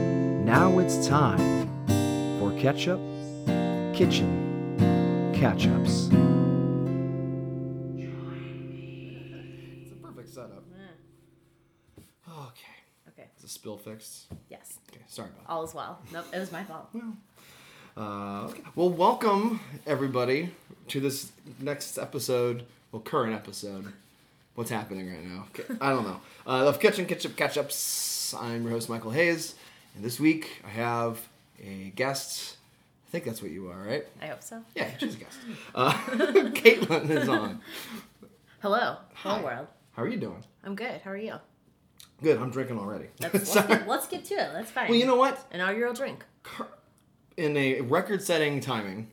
Now it's time for ketchup, kitchen, catch ups. It's a perfect setup. Okay. Mm, Okay. Is the spill fixed? Yes. Okay, sorry about that. All is well. Nope. It was my fault. Uh, okay. Well, welcome everybody to this next episode, well, current episode. What's happening right now? Okay, I don't know. Uh, of Kitchen Ketchup Catch-Ups, I'm your host, Michael Hayes, and this week I have a guest. I think that's what you are, right? I hope so. Yeah, she's a guest. Uh, Caitlin is on. Hello. Hi. Hello world. How are you doing? I'm good. How are you? Good, I'm drinking already. Let's, let's, Sorry. get, let's get to it. That's fine. Well, you know what? Inaugural drink. cur- in a record-setting timing,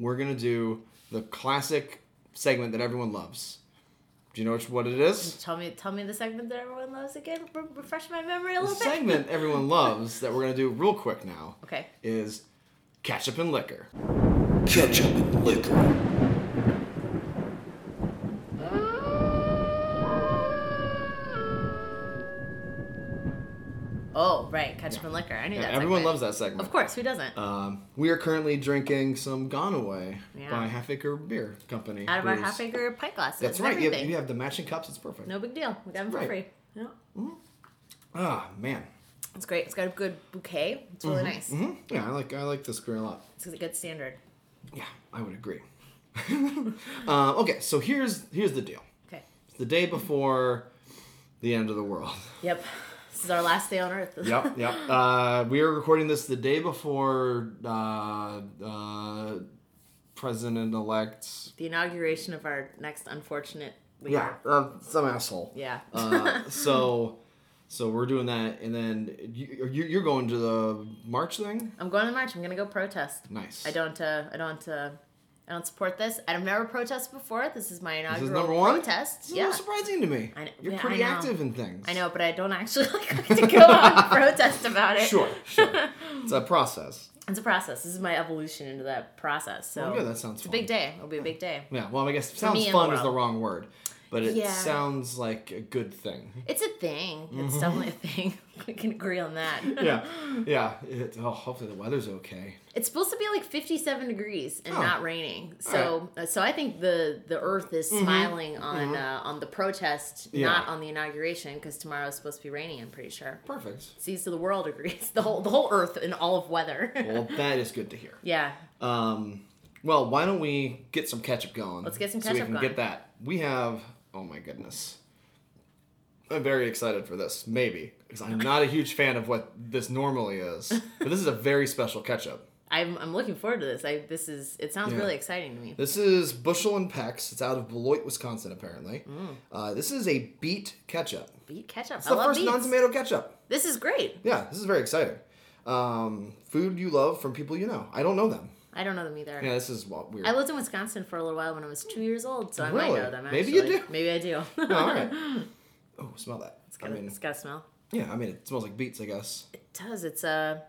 we're gonna do the classic segment that everyone loves. Do you know which what it is? Tell me, tell me the segment that everyone loves again. Re- refresh my memory a The little bit. segment everyone loves that we're gonna do real quick now Okay. is ketchup and liquor. Ketchup and liquor. Oh, right. Ketchup and liquor. I knew that. everyone segment. loves that segment. Of course. Who doesn't? Um, we are currently drinking some Gonaway Yeah. by Half Acre Beer Company. Out of our brews. half acre pint glasses. That's and right. You Everything. have, you have the matching cups. It's perfect. No big deal. We got them for Right. free. Yeah. Ah man. It's great. It's got a good bouquet. It's really nice. hmm Yeah, I like I like this beer a lot. It's a good standard. Yeah, I would agree. uh, okay, so here's here's the deal. Okay. It's the day before the end of the world. Yep. This is our last day on earth. Yep, yep. Uh, we are recording this the day before uh, uh, President elect. the inauguration of our next unfortunate leader. Yeah, uh, some asshole. Yeah. Uh, so, so we're doing that, and then you, you- you're going to the march thing. I'm going to march. I'm gonna go protest. Nice. I don't. Uh, I don't. Uh, I don't support this. I've never protested before. This is This my inaugural is number one. protest. This is a yeah. little surprising to me. I kn- You're yeah, I pretty know. active in things. I know, but I don't actually like to go out and protest about it. Sure, sure. it's a process. It's a process. This is my evolution into that process. So Oh, good. That sounds it's a fun. big day. It'll be a big day. Yeah, well, I guess sounds me and fun is the Laurel. wrong word, but it Yeah. sounds like a good thing. It's a thing. Mm-hmm. It's definitely a thing. We can agree on that. Yeah, yeah. It, oh, hopefully the weather's okay. It's supposed to be like 57 degrees and Oh. not raining. So uh, so I think the the earth is smiling on uh, on the protest, Mm-hmm. Yeah. not on the inauguration because tomorrow is supposed to be raining, I'm pretty sure. Perfect. See, so the world agrees. The whole the whole earth and all of weather. Well, that is good to hear. yeah. Um, well, why don't we get some ketchup going? Let's get some so we ketchup can going. get that. We have. Oh my goodness. I'm very excited for this. Maybe because I'm not a huge fan of what this normally is, but this is a very special ketchup. I'm, I'm looking forward to this. I this is it sounds Yeah. really exciting to me. This is Bushel and Peck's. It's out of Beloit, Wisconsin, apparently. Uh, this is a beet ketchup. Beet ketchup. It's Mm. I the love first beets. non-tomato ketchup. This is great. Yeah, this is very exciting. Um, food you love from people you know. I don't know them. I don't know them either. Yeah, this is wa- weird. I lived in Wisconsin for a little while when I was two years old, so I Really? might know them. Actually. Maybe you do. Maybe I do. Oh, all right. Oh, smell that. it's, I got, mean, it's got a smell. yeah, I mean, it smells like beets, I guess. does. It's a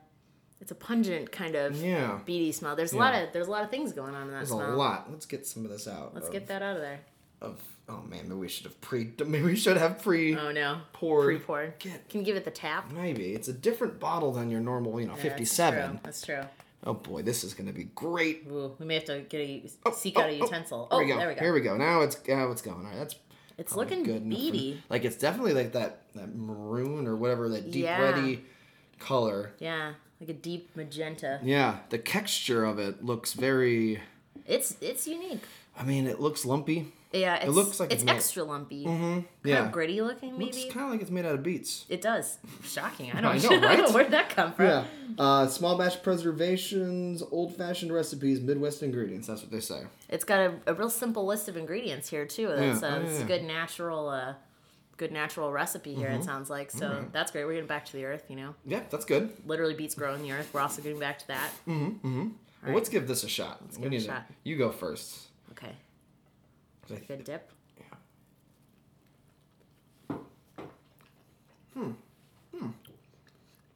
it's a pungent kind of Yeah. beady smell. There's a Yeah. lot of there's a lot of things going on in that There's a smell. lot. Let's get some of this out. Let's of, get that out of there. Of, oh man, maybe we should have pre. Maybe we should have pre. Oh no. Poured. Pre poured. Get- Mm, Can you give it the tap? Maybe it's a different bottle than your normal, you know, Yeah, that's fifty-seven. true. That's true. Oh boy, this is gonna be great. Ooh, we may have to get a seek oh, out a oh, utensil. Oh, here we go. there we go. Here we go. Now it's now it's going. All right, that's it's probably looking good enough for- beady. Like it's definitely like that that maroon or whatever that deep Yeah. reddy color. Yeah, like a deep magenta. Yeah, the texture of it looks very. It's it's unique. I mean, it looks lumpy. Yeah, it's, looks like it's it's made- extra lumpy. Kind Yeah, of gritty looking, looks maybe. kind of like it's made out of beets. It does. Shocking. I don't know, right? Where'd that come from? Yeah, uh, small batch preservations, old fashioned recipes, Midwest ingredients. That's what they say. It's got a, a real simple list of ingredients here too. That's Yeah. uh, Oh, it's yeah. Mm-hmm. a good natural, uh, good natural recipe here. It sounds like so that's great. We're getting back to the earth. You know, Yeah, that's good. literally beats growing the earth. We're also getting back to that. Well, let's give this a shot. we give it need a to- shot. You go first. Okay, 'Cause I good dip.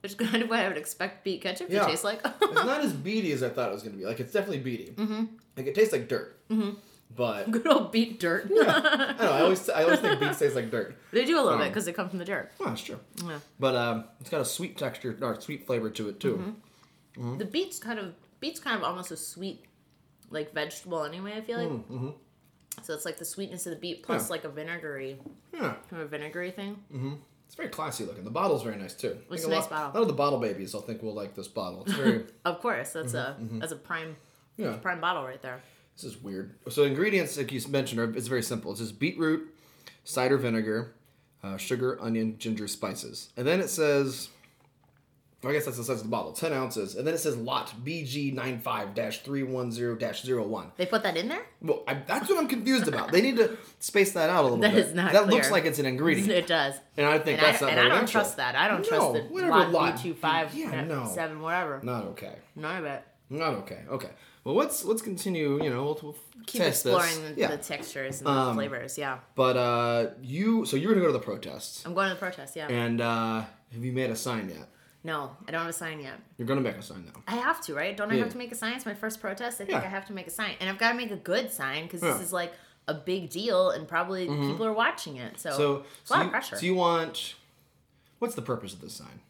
Which kind of what I would expect beet ketchup Yeah. to taste like. it's not as beady as I thought it was going to be. Like it's definitely beady. Mm-hmm. Like it tastes like dirt. Mm-hmm. But Good old beat dirt. I don't know. I always I always think beets taste like dirt. they do a little bit 'cause bit Um, because they come from the dirt. Well, that's true. Yeah. But um, it's got a sweet texture or sweet flavor to it too. Mm-hmm. Mm-hmm. The beets kind of beets kind of almost a sweet like vegetable anyway. I feel like. So it's like the sweetness of the beet plus Mm, mm-hmm. Yeah. like a vinegary Yeah, kind of a vinegary thing. it's very classy looking. The bottle's very nice too. I It's think a lot- nice bottle. A lot of the bottle babies, I think, will like this bottle. It's very Of course, that's Mm-hmm. a that's a prime yeah. prime bottle right there. This is weird. So ingredients, like you mentioned, are it's very simple. It's just beetroot, cider vinegar, uh, sugar, onion, ginger, spices, and then it says. I guess that's the size of the bottle, 10 ounces. And then it says lot BG95 310 01. They put that in there. Well, I, that's what I'm confused about. They need to space that out a little That bit. is not. That clear. looks like it's an ingredient, It does. and I think And, that's I, not and I very don't natural. trust that. I don't No, trust the whatever lot, lot- B two five uh, Yeah, no. seven whatever. Not okay. None of it. Not okay. Okay. Well, let's let's continue. You know, we'll, we'll Keep test this. exploring the, yeah. Um, the textures and the flavors. Yeah, but uh, you so you're gonna go to the protest, I'm going to the protest. Yeah. and uh, have you made a sign yet? No, I don't have a sign yet. You're gonna make a sign though. I have to, right? Don't I Yeah. have to make a sign? It's my first protest. I think Yeah. I have to make a sign, and I've got to make a good sign because Yeah. Mm-hmm. this is like a big deal, and probably people are watching it. So, So, it's a so, lot you, of pressure. so you want? What's the purpose of this sign?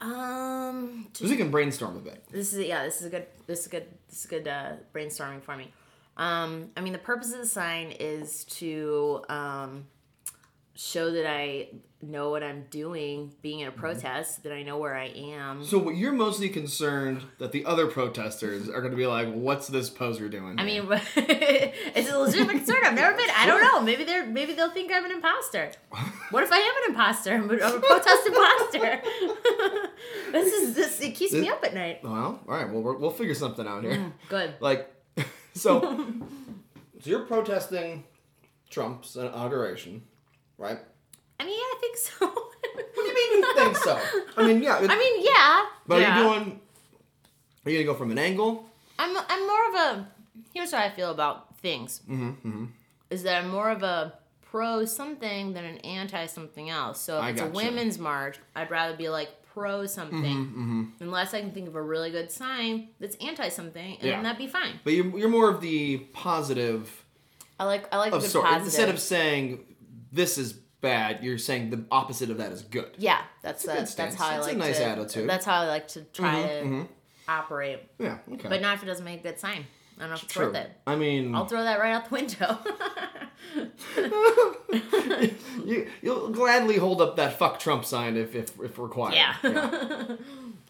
um, Because we can brainstorm a bit. this is yeah this is a good this is a good this is a good uh, brainstorming for me um i mean the purpose of the sign is to um show that i know what i'm doing being Mm-hmm. in a protest that i know where i am So what you're mostly concerned that the other protesters are gonna be like, "What's this poser doing?" I mean, it's a legitimate concern. I've never been. I don't know. Maybe they're. Maybe they'll think I'm an imposter. What if I am an imposter? I'm a, I'm a protest imposter. this is this. It keeps me up at night. Well, all right. Well, we're, we'll figure something out here. Good. Like, so, so you're protesting Trump's inauguration, right? I mean, yeah, I think so. what do I mean, you think so? I mean, yeah. it- I mean, yeah. but are yeah. you doing? Are you gonna go from an angle? I'm I'm more of a here's how I feel about things. Mm-hmm, Is that I'm more of a pro something than an anti something else. So if I it's a gotcha. women's march, I'd rather be like pro something Mm-hmm, unless I can think of a really good sign that's anti something, and Yeah. then that'd be fine. But you're, you're more of the positive I like I like of good sort. positive. Oh, Instead of saying this is bad, you're saying the opposite of that is good. yeah, that's good that's, stance. that's how I That's a like nice to, attitude. Mm-hmm, That's how I like to try to operate, Yeah. Okay. but not if it doesn't make a good sign. I don't know if it's True. worth it. I mean, I'll throw that right out the window. you, you'll gladly hold up that "fuck Trump" sign if if, if required. Yeah.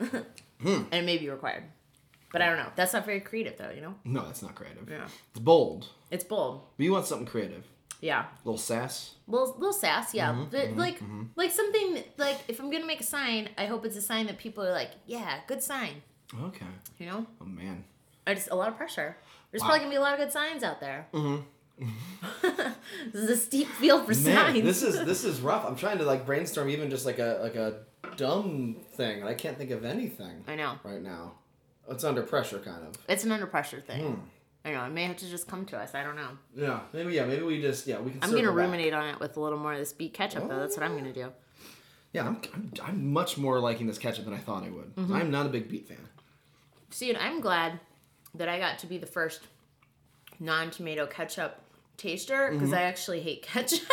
and it may be required. But I don't know. That's not very creative, though, you know? No, that's not creative. Yeah. It's bold. It's bold. But you want something creative. Yeah. A little sass. Little, little sass, yeah. Mm-hmm, but like, like something, that- like, if I'm going to make a sign, I hope it's a sign that people are like, yeah, good sign, Okay. you know? Oh man. I just, a lot of pressure. There's probably going to be a lot of good signs out there. this is a steep field for signs. Mm-hmm. Man, this is this is rough. I'm trying to like brainstorm even just like a like a dumb thing, and I can't think of anything I know. right now. It's under pressure, kind of. It's an under pressure thing. Hmm. I know. It may have to just come to us. I don't know. Yeah. Maybe. Yeah. Maybe we just. Yeah. We can. I'm going to circle back. ruminate on it with a little more of this beet ketchup, though. That's what I'm going to do. Yeah. I'm, I'm, I'm much more liking this ketchup than I thought I would. Mm-hmm. I'm not a big beet fan. See, and I'm glad that I got to be the first non tomato ketchup taster because Mm-hmm. I actually hate ketchup.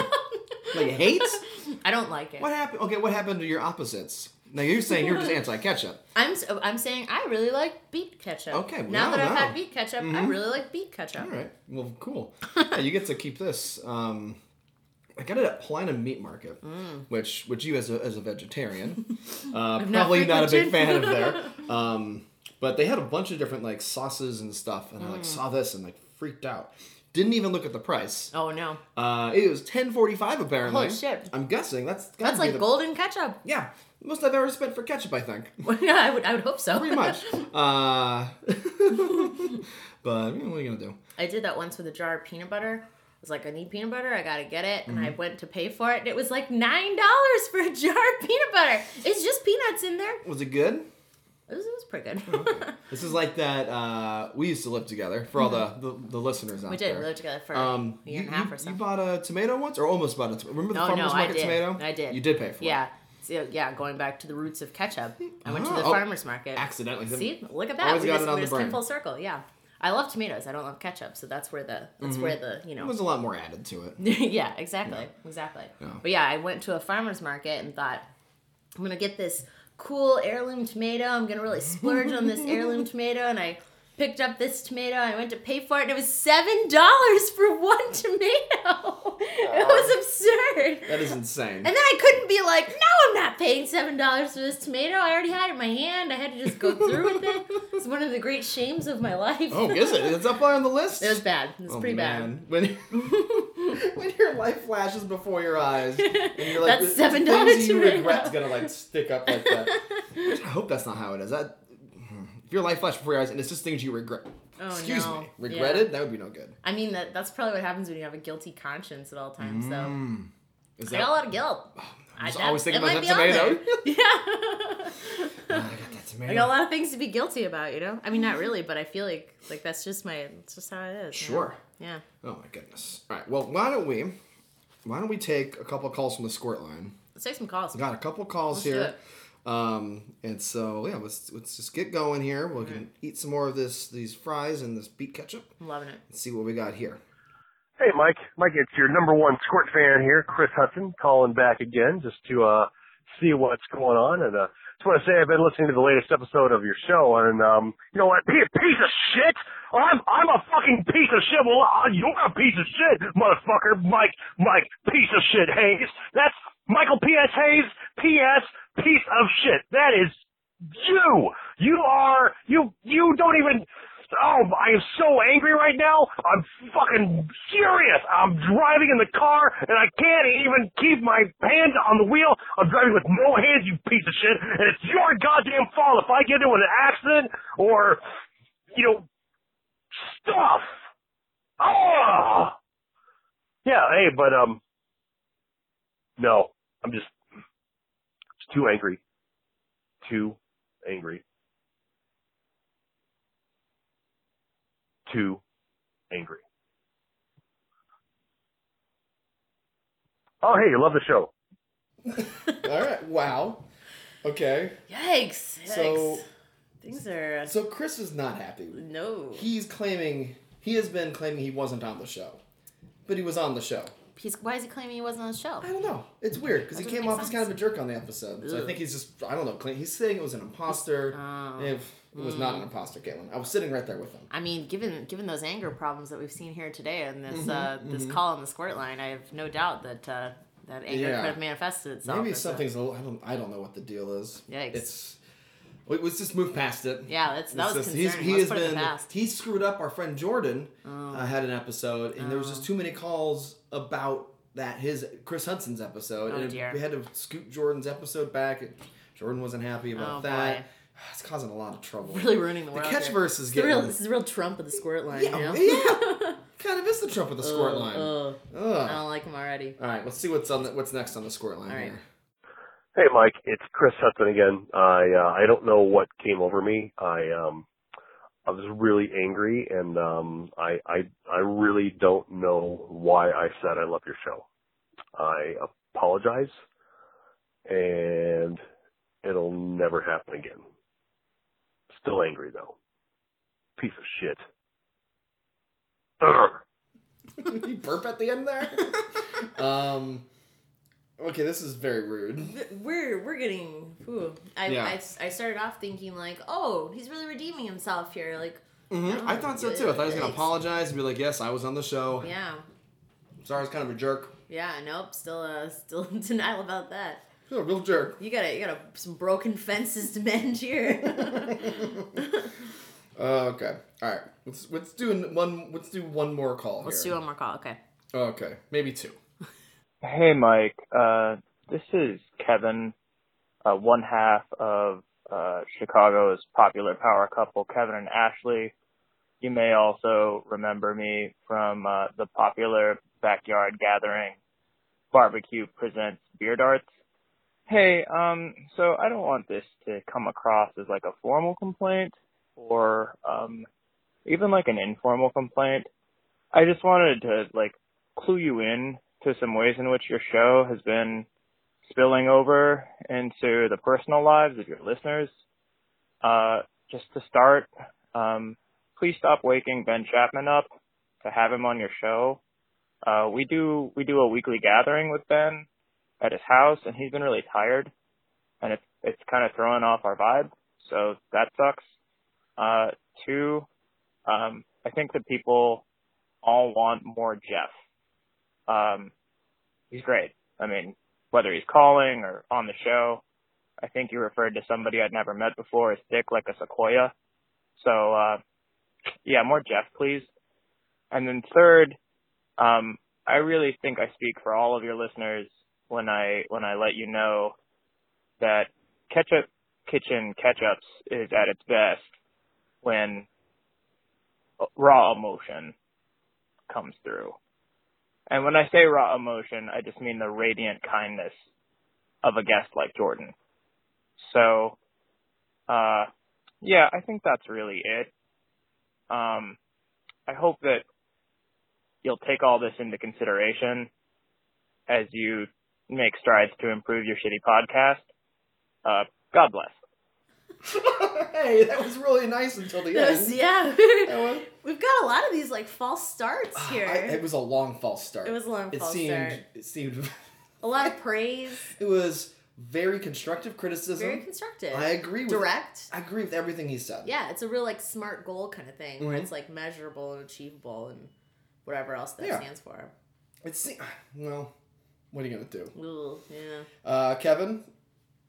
Like hates. I don't like it. what happened? Okay. What happened to your opposites? Now you're saying you're just anti ketchup. I'm s- I'm saying I really like beet ketchup. Okay, now wow, that I've wow. Mm-hmm. Mm. had beet ketchup, I really like beet ketchup. All right. Well, cool. yeah, you get to keep this. Um, I got it at Polina Meat Market, which which you as a, as a vegetarian, uh, Mm. not probably not, a big fan frequented. of there. Um, but they had a bunch of different like sauces and stuff, and I Mm. like saw this and like freaked out. Didn't even look at the price. Oh no, Uh, it was ten forty five apparently. Holy shit. I'm guessing that's gotta that's be like the- golden ketchup. Yeah, most I've ever spent for ketchup. I think yeah, I would I would hope so. pretty much. uh, but you know, what are you gonna do? I did that once with a jar of peanut butter. I was like, I need peanut butter. I gotta get it, and Mm-hmm. I went to pay for it, and it was like nine dollars for a jar of peanut butter. It's just peanuts in there. Was it good? It was, it was pretty good. This is like that. Uh, we used to live together for all the, the, the listeners out Mm-hmm. We there. did. We lived together for Um, a year you, and a half you- or so. you bought a tomato once, or almost bought a tomato. Remember the No, farmers no, I market did. tomato? I did. You did pay for yeah. it. So, yeah, going back to the roots of ketchup. I went Ah, to the oh, farmer's market. accidentally. See, look at that. Always we got just, it on we the just came brain. full circle. Yeah. I love tomatoes. I don't love ketchup, so that's where the that's Mm-hmm. where the you know There's a lot more added to it. yeah, exactly, exactly. Yeah. But yeah, I went to a farmer's market and thought, I'm gonna get this cool heirloom tomato. I'm gonna really splurge on this heirloom tomato, and I picked up this tomato. I went to pay for it, and it was seven dollars for one tomato. it was absurd. That is insane. And then I couldn't be like, no, I'm not paying seven dollars for this tomato. I already had it in my hand. I had to just go through with it. It's one of the great shames of my life. oh, is it? It's up there on the list. It was bad. It was Oh, pretty bad. man. When, when your life flashes before your eyes, and you're like, That's "This- $7 things you tomato." regret's gonna like stick up like that. Which I hope that's not how it is. That if your life flashes before your eyes and it's just things you regret. Oh, Excuse no. me, Yeah. regretted? That would be no good. I mean that that's probably what happens when you have a guilty conscience at all times. So Mm, Hmm. Is I got a lot of guilt. I just that- always thinking that about might that be on tomato. there. yeah, I got that I got a tomato. lot of things to be guilty about. You know, I mean, not really, but I feel like like that's just my that's just how it is. you know? Sure. Yeah. Oh my goodness. All right. Well, why don't we? Why don't we take a couple calls from the squirt line? Let's take some calls. Got a couple calls do here. Um, and so yeah, let's let's just get going here. We can eat some more of this these fries and this beet ketchup. I'm loving it. Let's see what we got here. Hey, Mike. Mike, it's your number one squirt fan here, Chris Hudson, calling back again just to uh, see what's going on. And uh, just want to say I've been listening to the latest episode of your show, and um, you know what? Be a piece of shit. I'm I'm a fucking piece of shit. Well, uh, you're a piece of shit, motherfucker. Mike, Mike, piece of shit, Hayes. That's Michael P.S. Hayes. P.S. Piece of shit. That is you. You are you. You don't even. Oh, I am so angry right now. I'm fucking furious. I'm driving in the car and I can't even keep my hand on the wheel. I'm driving with no hands, you piece of shit. And it's your goddamn fault if I get into an accident or, you know, stuff. Oh. Yeah. Hey, but um, no, I'm just, just too angry. Too angry. too angry. Oh, hey, you love the show. All right. Wow. Okay. Yikes! Yikes! So- things are So Chris is not happy. no. He's claiming he has been claiming he wasn't on the show, but he was on the show. He's why is he claiming he wasn't on the show? I don't know. It's weird because he Doesn't came make off as kind of a sense. jerk on the episode. So I Ugh. think he's just I don't know. Claim, he's saying it was an imposter. Oh. If it was not an imposter, Caitlin, I was sitting right there with him. I mean, given given those anger problems that we've seen here today and this uh, this call on the squirt line, I have no doubt that uh, that anger Yeah. could have manifested itself. Maybe as a- something's a little, I don't I don't know what the deal is. Yikes. It's let- let's just move past it. Yeah, that's that It's was just- he's- concerning. he has Let's put it in been the past. Oh. he screwed up. Our friend Jordan uh, had an episode, and there was just too many calls about that his Chris Hudson's episode, Oh, and dear. we had to scoot Jordan's episode back. Jordan wasn't happy about Oh, that. boy. It's causing a lot of trouble. really ruining the world. catch here. verse is It's the real. getting- This is the real Trump of the squirt line. yeah, you know? yeah. kind of is the Trump with Uh, the squirt line. Oh. Ugh, I Ugh. don't like him already. All right, let's see what's on the, what's next on the squirt line All right. here. Hey, Mike, it's Chris Hudson again. I uh, I don't know what came over me. I um I was really angry, and um I I I really don't know why I said I love your show. I apologize, and it'll never happen again. Still angry though. Piece of shit. Ugh. Did he burp at the end there? um, okay, this is very rude. We're we're getting. Ooh, I, Yeah. I I started off thinking like, oh, he's really redeeming himself here. Like, Mm-hmm. I thought so too. I thought he was gonna Oh, Yikes. apologize and be like, "Yes, I was on the show. yeah, Sorry, I was kind of a jerk. yeah. Nope. Still, uh, still in denial about that. You're a real jerk." You gotta you gotta some broken fences to mend here. Uh, okay, all right. Let's let's do an- one. Let's do one more call. Let's do here. one more call. Okay. Okay, maybe two. Hey, Mike. Uh, this is Kevin, uh, one half of uh, Chicago's popular power couple, Kevin and Ashley. You may also remember me from uh, the popular backyard gathering, Barbecue Presents Beer Darts. Hey, um, so I don't want this to come across as like a formal complaint or um, even like an informal complaint. I just wanted to like clue you in to some ways in which your show has been spilling over into the personal lives of your listeners. Uh, just to start, um, please stop waking Ben Chapman up to have him on your show. Uh, we do we do a weekly gathering with Ben at his house, and he's been really tired, and it's it's kind of throwing off our vibe. So that sucks. Uh, two, um, I think that people all want more Jeff. Um, he's great. I mean, whether he's calling or on the show, I think you referred to somebody I'd never met before as thick like a sequoia. So uh, yeah, more Jeff, please. And then third, um, I really think I speak for all of your listeners when I when I let you know that ketchup kitchen ketchups is at its best when raw emotion comes through. And when I say raw emotion, I just mean the radiant kindness of a guest like Jordan. So, uh, yeah, I think that's really it. Um, I hope that you'll take all this into consideration as you make strides to improve your shitty podcast. Uh, God bless. hey, that was really nice until the That was- end. yeah. That was- We've got a lot of these like false starts here. I- it was a long false start. It was a long it false seemed, start. It seemed. a lot of praise, It was very constructive criticism. very constructive. I agree with Direct. I agree with everything he said. Yeah, it's a real like smart goal kind of thing where Mhm. it's like measurable and achievable and whatever else that Yeah. stands for. It's well, what are you gonna do, Ooh, yeah. uh, Kevin?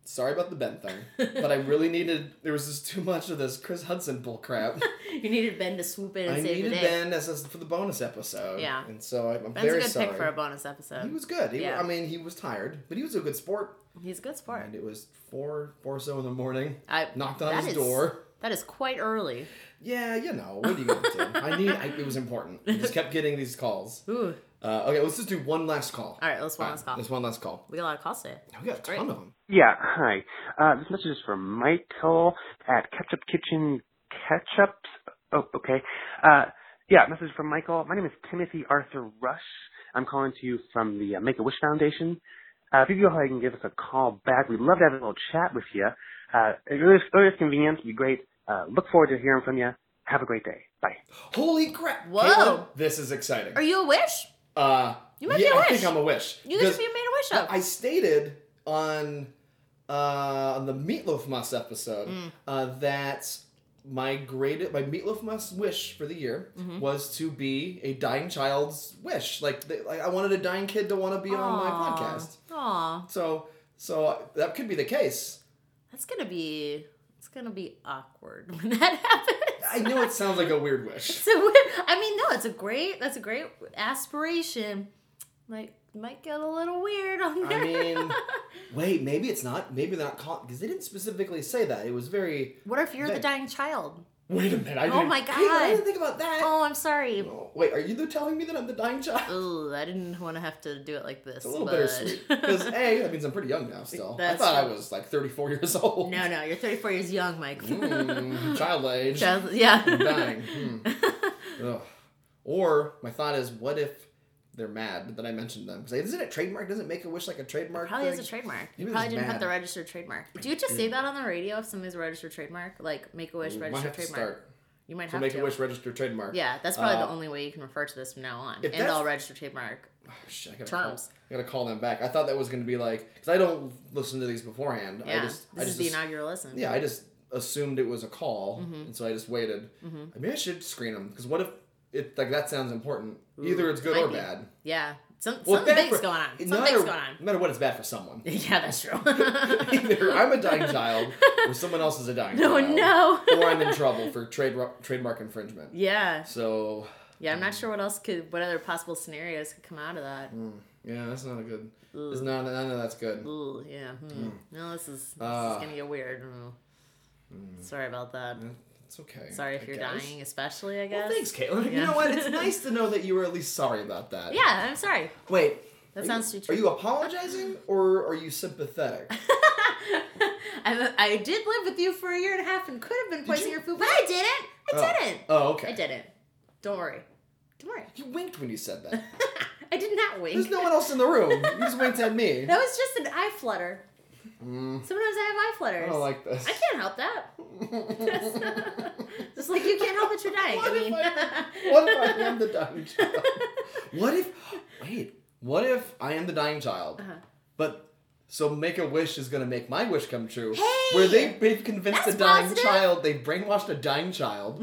Sorry about the bent thing, but I really needed. There was just too much of this Chris Hudson bullcrap. You needed Ben to swoop in I and save needed the day. Ben as a, for the bonus episode. Yeah. and so I, I'm Ben's a very good sorry. pick for a bonus episode. he was good. He, Yeah. I mean, he was tired, but he was a good sport. He's a good sport. And it was four, four so in the morning. I Knocked on Uh, that his is- door. That is quite early. Yeah, you know what are you gonna do? I need. I, it was important. I just kept getting these calls. Ooh. Uh, okay, let's just do one last call. All right, let's one last call. Let's one last call. We got a lot of calls today. We got a ton of them. Yeah, hi. Uh, this message is from Michael at Ketchup Kitchen Ketchups. Oh, okay. Uh, yeah, message from Michael. My name is Timothy Arthur Rush. I'm calling to you from the uh, Make a Wish Foundation. Uh, if you go ahead and give us a call back, we'd love to have a little chat with you. Uh, earliest, earliest convenience would be great. Uh, look forward to hearing from you. Have a great day. Bye. Holy crap! Whoa. Caitlin, this is exciting. Are you a wish? uh, You might be yeah, a I wish. think I'm a wish. You guys Because be made a wish of. I stated on uh, on the Meatloaf Muss episode Mm. uh, that my great my Meatloaf Muss wish for the year Mm-hmm. was to be a dying child's wish. Like, they, like I wanted a dying kid to want to be on my Aw. podcast. Aw, So so that could be the case. that's gonna be it's gonna be awkward when that happens. I know it sounds like a weird wish. So I mean, no, it's a great that's a great aspiration. Like might get a little weird on there. I mean, wait, maybe it's not. Maybe they're not calling because they didn't specifically say that. It was very. what if you're the They- dying child? Wait a minute! I Oh didn't, my Caitlin, I God. didn't think about that. Oh, I'm sorry. Oh, Wait, are you the- telling me that I'm the dying child? Ooh, I didn't want to have to do it like this. It's a little but- bittersweet because a that means I'm pretty young now. Still, I That's thought I true. was like 34 years old. no, no, you're 34 years young, Mike. Mm, child age. Child- yeah. I'm dying. Hmm. Ugh. Or my thought is, what if they're mad that I mentioned them? Because isn't it trademark? Doesn't make a wish like a trademark? Probably thing? has a trademark. You Maybe probably it's didn't put mad. the registered trademark. Do you just say that on the radio if somebody's a registered trademark? Like Make a Wish We might registered have to trademark. start. You might So have make to. a wish register trademark. yeah, that's probably Uh, the only way you can refer to this from now on. if And all that's- registered trademark. Oh, Shit, I gotta terms. Call, I gotta call them back. I thought that was gonna be like because I don't listen to these beforehand. Yeah, I just, this I is just the Mm-hmm. inaugural lesson. yeah, I just assumed it was a call, and so I just waited. I Mm-hmm. mean, I should screen them because what if it like that sounds important? Either it's good might or be. bad. yeah. Some, Well, something bad big's for- going on. Something no big's matter- going on. No matter what, it's bad for someone. Yeah, that's true. Either I'm a dying child, or someone else is a dying No, child. no. or I'm in trouble for trade trademark infringement. yeah, So yeah. I'm not Mm. sure what else could, what other possible scenarios could come out of that. yeah, that's not a good. It's not none of that's good. Ooh, yeah. hmm. Mm. No, this is this Ah. is gonna get weird. Mm. Mm. Sorry about that. It's okay. Sorry if I you're guess. dying, especially. I guess. Well, thanks, Caitlin. You Yeah. know what? It's nice to know that you were at least sorry about that. Yeah, I'm sorry. Wait. That are sounds you, too Are you apologizing or are you sympathetic? I, I did live with you for a year and a half and could have been poisoning you? your food, but I didn't. I didn't. Oh, okay. I didn't. Don't worry. Don't worry. You winked when you said that. I did not wink. There's no one else in the room. You just winked at me. That was just an eye flutter. Sometimes I have eye Mm. I flutters. don't like this. I can't help that. Just like you can't help it, you're dying. I What if mean, I- What if I am the dying child? What if wait? What if I am the dying child? Uh-huh. But so make a wish is gonna make my wish come true. Hey! where they they've convinced a That's dying positive. Mm-hmm. child, they brainwashed a dying child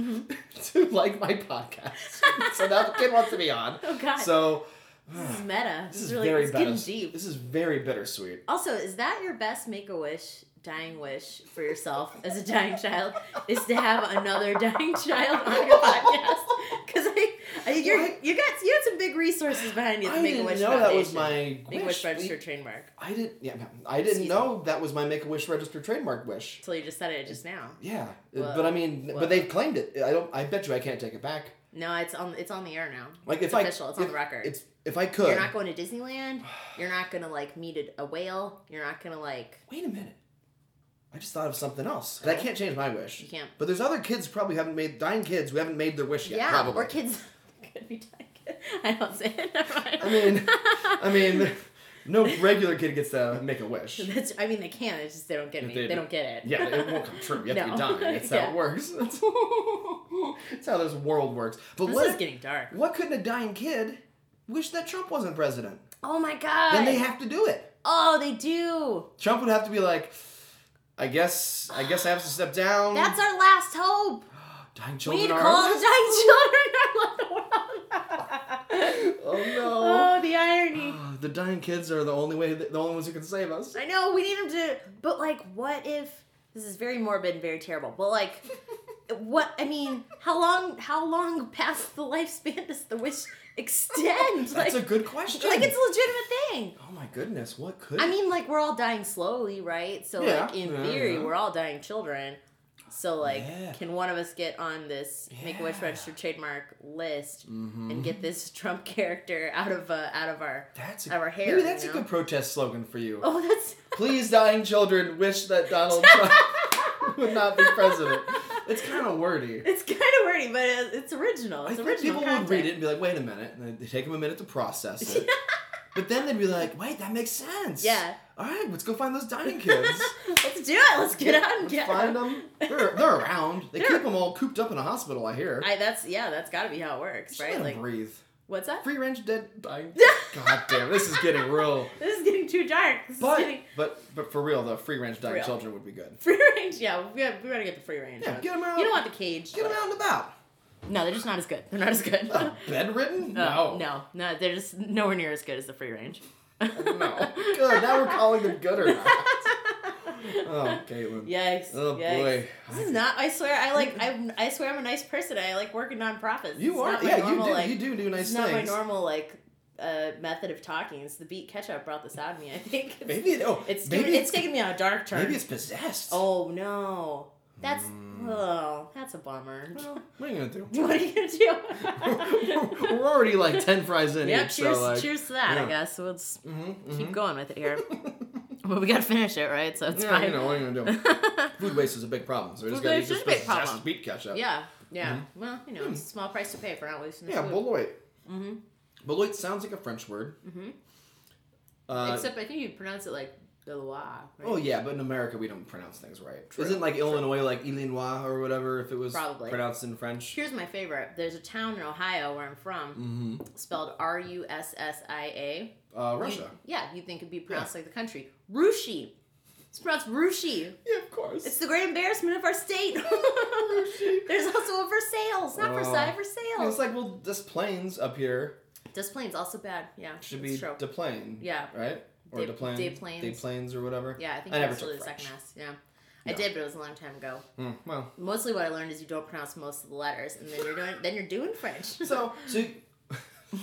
to like my podcast. so now the kid wants to be on. Oh, God. So this is meta. this This is is really very it's getting bitter. deep. This is very bittersweet. Also, is that your best make a wish, dying wish for yourself as a dying child? Is to have another dying child on your podcast? Because I, I you're, you got you had some big resources behind you. I The Make a didn't Wish know that was Foundation. my Make a Wish wish. We- Register trademark. I didn't. Yeah, I didn't Excuse know that was my Make a Wish registered trademark wish. Until you just said it just now. Yeah, uh, Well, but I mean, well. but they've claimed it. I don't. I bet you I can't take it back. No, it's on it's on the air now. Like it's if official. I, It's on if- the record. It's if I could. You're not going to Disneyland. You're not gonna like meet a, a whale. You're not gonna like. Wait a minute. I just thought of something else. And I can't change my wish. You can't. But there's other kids probably haven't made dying kids who haven't made their wish Yeah, yet. probably. or kids could be dying. I don't say it. Never mind. I mean, I mean, no regular kid gets to make a wish. That's, I mean, they can. It's just they don't get me. They They, do. don't get it. Yeah, it won't come true. You have No. to be dying. That's how Yeah. it works. That's, that's how this world works. But This what? is getting dark. what couldn't a dying kid wish that Trump wasn't president? Oh my god. Then they have to do it. oh, they do. Trump would have to be like, I guess, I guess I have to step down. That's our last hope. dying We children need to are. call the dying children around the world. oh no. oh, the irony. The dying kids are the only way, the only ones who can save us. I know we need them to. But like, what if this is very morbid and very terrible? But like, what I mean, how long? How long past the lifespan does the wish extend? That's like, a good question. like it's a legitimate thing. oh my goodness, what could? I mean, like we're all dying slowly, right? So, Yeah. like in Yeah, theory, yeah. we're all dying children. So, like, Yeah. can one of us get on this Make a Wish Yeah. registered trademark list Mm-hmm. and get this Trump character out of uh, out of our? that's a, Our hair, maybe that's you a know? good protest slogan for you. Oh, that's Please, dying children, wish that Donald Trump would not be president. It's kind of wordy. it's kind of wordy, but it- it's original. I It's think original people would content. read it and be like, "Wait a minute," and they take them a minute to process it. but then they'd be like, "Wait, that makes sense." Yeah. All right, let's go find those dying kids. Let's do it. Let's get out and Let's get find them. They're, they're around. They keep them all cooped up in a hospital. I hear. I that's yeah, that's got to be how it works, Just right? let Like, them breathe. what's that? Free range dead dying. God damn, this is getting real. This is getting too dark. This is But getting but but for real, though, free range dying Real. children would be good. free range. Yeah, we gotta, we gotta get the free range. Yeah, ones. get 'em out. You don't want the cage. Get them but- out and about. No, they're just not as good. They're not as good. Uh, bedridden? Uh, No. no, no, they're just nowhere near as good as the free range. No. Good. Now we're calling them good or not. Oh, Caitlin. Yikes! Oh, yikes. boy. This is not. I swear. I like. I'm, I swear. I'm a nice person. I like working nonprofits. You It's are. not my Yeah, normal, you do. Like, you do do nice it's not my things. normal like uh, method of talking. It's the beat ketchup brought this out of me. I think. It's, Maybe it, oh, it's maybe doing- it's, taking me on a dark turn. maybe it's Mm. possessed. oh no, that's oh that's a bummer. What are you gonna do? what are you gonna do? We're already like ten fries in yeah. each, Cheers. so uh, like, cheers to that. I yeah. guess. Let's hmm keep going with it here. but we gotta finish it, right? So it's Yeah, fine. you know what are you gonna do? Food waste is a big problem, so we just Food gotta waste eat this is a big possessed problem. beat ketchup. yeah, yeah. Well, you know, it's a small price to pay for not wasting the Hmm. yeah, food. Beloit. Mm-hmm. Beloit sounds like a French word. Mm-hmm. Uh, Except I think you pronounce it like Beloit. Right? oh yeah, but in America we don't pronounce things right. True, Isn't like Illinois like Illinois or whatever if it was Probably. pronounced in French? Here's my favorite. There's a town in Ohio where I'm from, Mm-hmm. spelled R U S S I A. Uh, Mm. Russia. Yeah, you'd think it'd be pronounced like the country. Rushi. It's pronounced Rushi. yeah, of course. It's the great embarrassment of our state. There's also a Versailles, not Oh. Versailles, I mean, it's Versailles. like well, this planes up here This plane's also bad. Yeah, should it's be true. deplane. Yeah. Right. Or De- deplane. deplanes. Deplanes or whatever. yeah, I think I never that's really took the French. second S. Yeah, I did, but it was a long time ago. Hmm, well, Mostly, what I learned is you don't pronounce most of the letters, and then you're doing then you're doing French. so so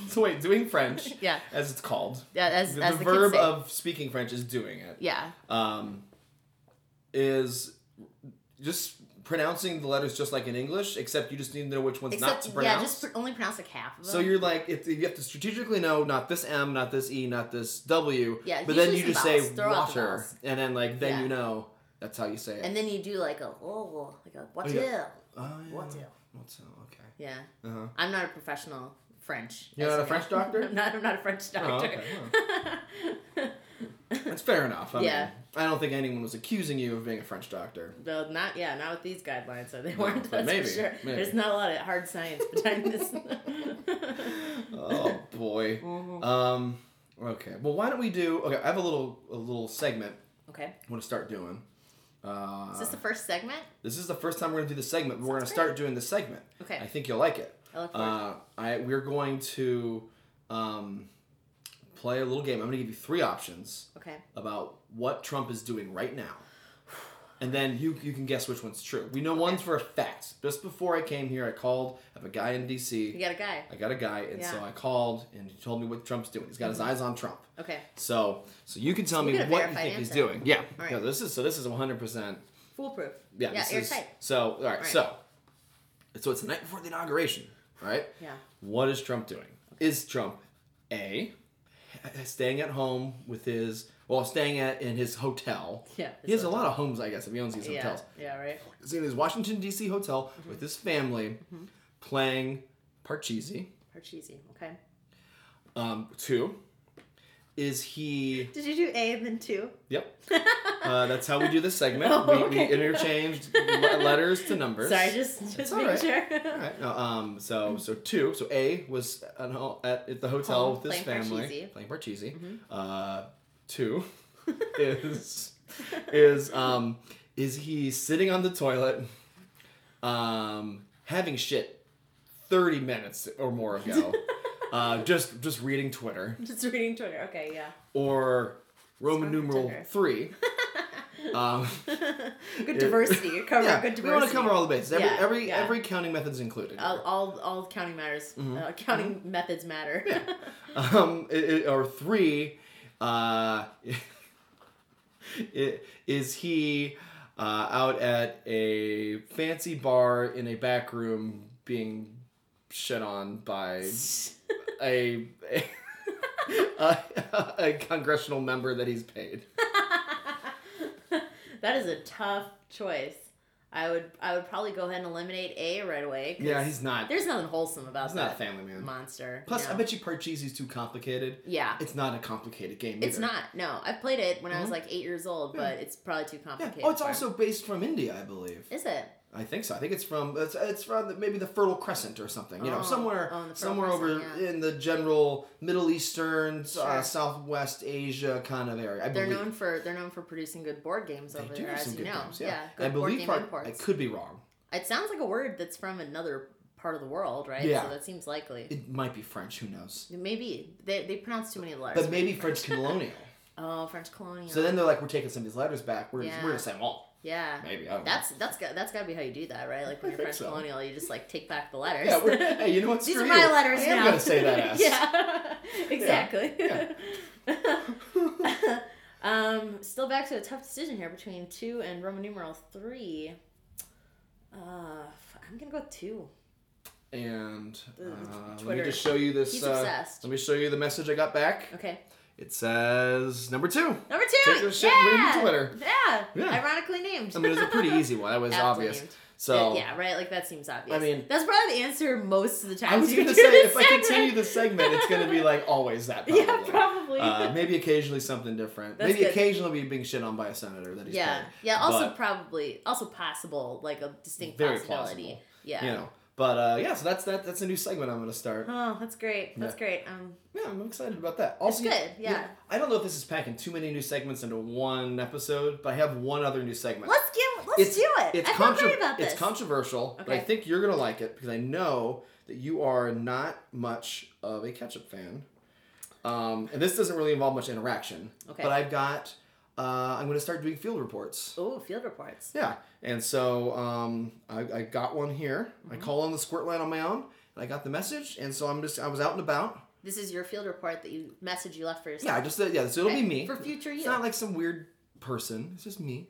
so wait, doing French. Yeah. As it's called. Yeah, as, The, as the the, verb kids say. of speaking French is doing it. yeah, Um, is just pronouncing the letters just like in English, except you just need to know which one's not except to yeah, pronounce. just pr- only pronounce like half of them. so you're like, if you have to strategically know not this M, not this E, not this W. Yeah, But then usually you some just vowels. say Throw out the water, vowels. and then like then Yeah. you know that's how you say it. and then you do like a oh like a what Oh, do? yeah. oh, yeah. What do? What's okay? Yeah, Uh-huh. I'm not a professional French. You're as not a you French Oh, know. doctor? I'm not. I'm not a French Oh, doctor. okay. That's fair enough. I Yeah. Mean, I don't think anyone was accusing you of being a French doctor. Well, not yeah, not with these guidelines. So they weren't. but that's maybe, for sure. maybe. There's not a lot of hard science behind this. Oh boy. Mm-hmm. um. Okay. Well, why don't we do? Okay, I have a little a little segment okay, I want to start doing. Uh, is this the first segment? This is the first time we're gonna do the segment. But we're gonna start doing the segment. Okay. I think you'll like it. I look forward Uh, I we're going to um, play a little game. I'm gonna give you three options Okay, about what Trump is doing right now, and then you you can guess which one's true. We know one's for a fact. Just before I came here, I called. I have a guy in D.C. you got a guy. I got a guy, and so Yeah. I called, and he told me what Trump's doing. He's got his eyes on Trump. Okay, So, so you can tell me we got a what you verified think he's answer. doing. Yeah. All right. No, this is so. This is 100. percent foolproof. yeah, yeah, this is- airtight. so, all right, Right. so, so it's the night before the inauguration, right? Yeah. What is Trump doing? Is Trump a staying at home with his, well, staying at in his hotel? Yeah, He his has a lot of homes, I guess, if he owns these hotels. Yeah, Mm-hmm. yeah, right. He's in his Washington D.C. hotel with his family, Mm-hmm. playing Parcheesi. Or cheesy. Okay. Um, two. Is he? Did you do A and then two? Yep. Uh, that's how we do this segment. we, Oh, okay. we interchanged le- letters to numbers. Sorry, just just all making right. sure. All right. No, um. So so two. So A was at, ho- at, at the hotel with Home, his playing Mm-hmm. family Parcheesi. playing Parcheesi. Uh, two is is um is he sitting on the toilet, um having shit, thirty minutes or more ago, uh just just reading Twitter Just reading Twitter. Okay, yeah. or Roman Sorry, numeral Twitter. three. Um, Good diversity. You're covering yeah, good diversity. we want to cover all the bases. Every Yeah, every yeah. Oh. every counting method's included. all all, all counting matters. Mm-hmm. Uh, counting methods matter. um, i i or three, uh, i- is he uh, out at a fancy bar in a back room being shit on by a a, a, a congressional member that he's paid? that is a tough choice. I would I would probably go ahead and eliminate A right away. 'cause Yeah, he's not. there's nothing wholesome about He's not a that family man. monster. Plus, no. I bet you Parcheesi's too complicated. Yeah. It's not a complicated game. It's either. not. No, I played it when I was like eight years old, but it's probably too Mm-hmm. Yeah. complicated. Oh, it's for- also based from India, I believe. Is it? I think so. I think it's from it's, it's from the, maybe the Fertile Crescent or something. You know, Oh, somewhere oh, the Fertile somewhere over Crescent, yeah. in the general Middle Eastern, uh, Sure. Southwest Asia kind of area. I They're believe known for they're known for producing good board games they over do there, have as some you good know. games. yeah. Yeah, good I believe board game part- I imports. could be wrong. It sounds like a word that's from another part of the world, right? Yeah. So that seems likely. It might be French. Who knows? Maybe they they pronounce too many of the letters. But maybe French colonial. oh, French colonial. So then they're like, we're taking some of these letters back. We're Yeah. we're gonna say them all. yeah. Maybe I don't That's that's got that's gotta be how you do that, right? Like I when you're think French so. colonial, you just like take back the letters. know. Yeah. We're, hey, you know what? These Screw are my you. letters I now. am gonna say that ass. yeah, exactly. Yeah. um, still back to a tough decision here between two and Roman numeral three. Uh, f- I'm gonna go with two. And uh, let me Twitter. just show you this. He's uh, obsessed. Let me show you the message I got back. Okay, It says number two. number two. Take your shit and read yeah. your Twitter. Yeah. Yeah. ironically named. I mean, it was a pretty easy one. That was Aptly obvious. named. So yeah, right. Like that seems obvious. I mean- that's probably the answer most of the time. I was going gonna to say if I continue the segment, it's gonna be like always that. Probably. Yeah, probably. Uh, maybe occasionally something different. That's maybe good. occasionally being shit on by a senator that he's yeah, paid. yeah. Also, But, probably also possible, like a distinct Very possibility. plausible. Yeah. you know. But uh, yeah, so that's that. That's a new segment I'm gonna start. Oh, that's great. That's Yeah. great. Um, Yeah, I'm excited about that. Also, good, you- you yeah. know, I don't know if this is packing too many new segments into one episode, but I have one other new segment. let's get let's do it. I feel contro- great about this. It's controversial, but I Okay. think you're gonna like it because I know that you are not much of a ketchup fan. Um, and this doesn't really involve much interaction. Okay. But I've got. Uh, I'm gonna start doing field reports. oh, field reports. Yeah, and so um, I, I got one here. Mm-hmm. I call on the squirt line on my own, and I got the message. And so I'm just I was out and about. This is your field report that you message you left for Yeah, I yourself. just uh, yeah. So it'll Okay, be me for future It's you. not like some weird person. It's just me.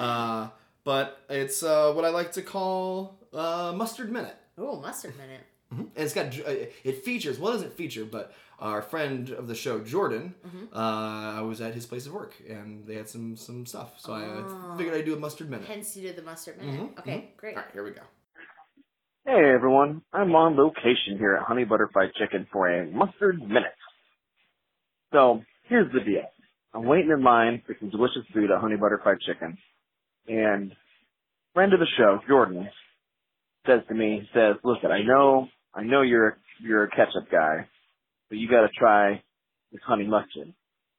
uh, but it's uh, what I like to call uh, mustard minute. Oh, mustard minute. And it's got uh, it features well, it doesn't feature, but our friend of the show Jordan. Mm-hmm. Uh, I was at his place of work, and they had some some stuff. So I uh, figured I'd do a mustard minute. Hence, you did the mustard minute. Mm-hmm, Okay, Oh. great. All right, here we go. Hey everyone, I'm on location here at Honey Butter Fried Chicken for a mustard minute. So, here's the deal. I'm waiting in line for some delicious food at Honey Butter Fried Chicken. And friend of the show, Jordan, says to me, he says, Listen, I know I know you're you're a ketchup guy, but you gotta try this honey mustard.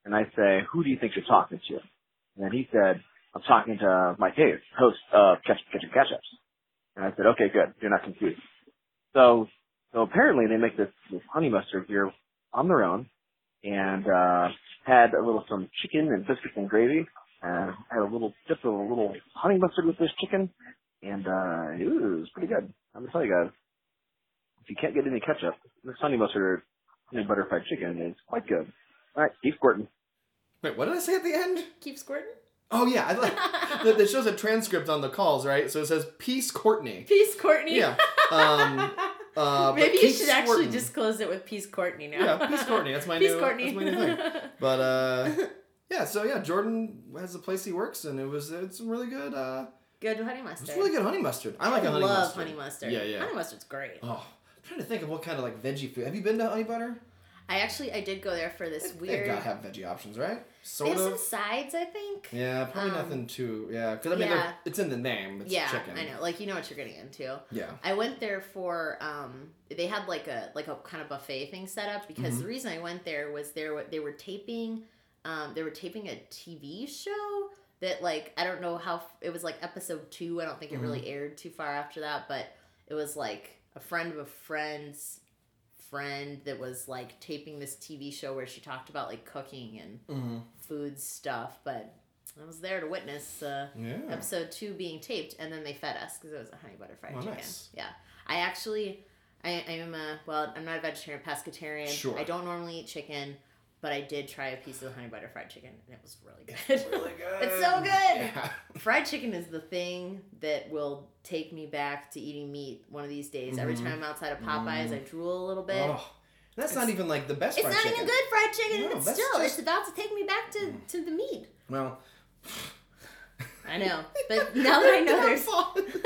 And I say, Who do you think you're talking to? And then he said, I'm talking to Mike Hayes, host of Ketchup Ketchup Ketchups. And I said, Okay, good, you're not confused. So so apparently they make this, this honey mustard here on their own and uh had a little some chicken and biscuits and gravy. Uh, had a little dip of a little honey mustard with this chicken, and uh, it was pretty good. I'm gonna tell you guys, if you can't get any ketchup, this honey mustard honey butter fried chicken is quite good. All right, keep squirting. Wait, what did I say at the end? Keep squirting. Oh yeah, I thought that- that shows a transcript on the calls, right? So it says peace, Courtney. Peace, Courtney. Yeah. Um, uh, but Maybe you keep should actually squirting. just close it with Peace Courtney now. yeah, peace, Courtney. That's my Peace, new. Courtney. That's my new thing. But uh, yeah, so yeah, Jordan has a place he works, and it was it's some really good. Uh, good honey it's mustard. really good honey mustard. I like a honey love mustard. honey mustard. Yeah, yeah. Honey mustard's great. Oh, I'm trying to think of what kind of like veggie food. Have you been to Honey Butter? I actually I did go there for this They've weird. got to have veggie options, right? They Sort have some of. sides, I think. Yeah, probably um, nothing too. Yeah, because I mean, yeah. they're it's in the name. It's Yeah, chicken. I know. Like you know what you're getting into. Yeah. I went there for um they had like a like a kind of buffet thing set up because Mm-hmm. the reason I went there was there wa- they were taping um they were taping a TV show that like I don't know how f- it was like episode 2 I don't think it really Mm-hmm. aired too far after that but it was like a friend of a friend's friend that was like taping this TV show where she talked about like cooking and hmm food stuff but I was there to witness uh Yeah. episode two being taped, and then they fed us because it was a honey butter fried Oh, chicken. nice. Yeah, I actually, I, I am a well, I'm not a vegetarian, pescatarian. Sure. I don't normally eat chicken, but I did try a piece of the honey butter fried chicken, and it was really good. Really good. It's so good. Yeah. fried chicken is the thing that will take me back to eating meat one of these days. Every time I'm outside of Popeyes, I drool a little bit. Mm-hmm. Oh, that's not even like the best. It's fried not chicken. even good fried chicken, No, but that's just- still, Mm. it's about to take me back to, to the meat. Well, I know, but now that I know there's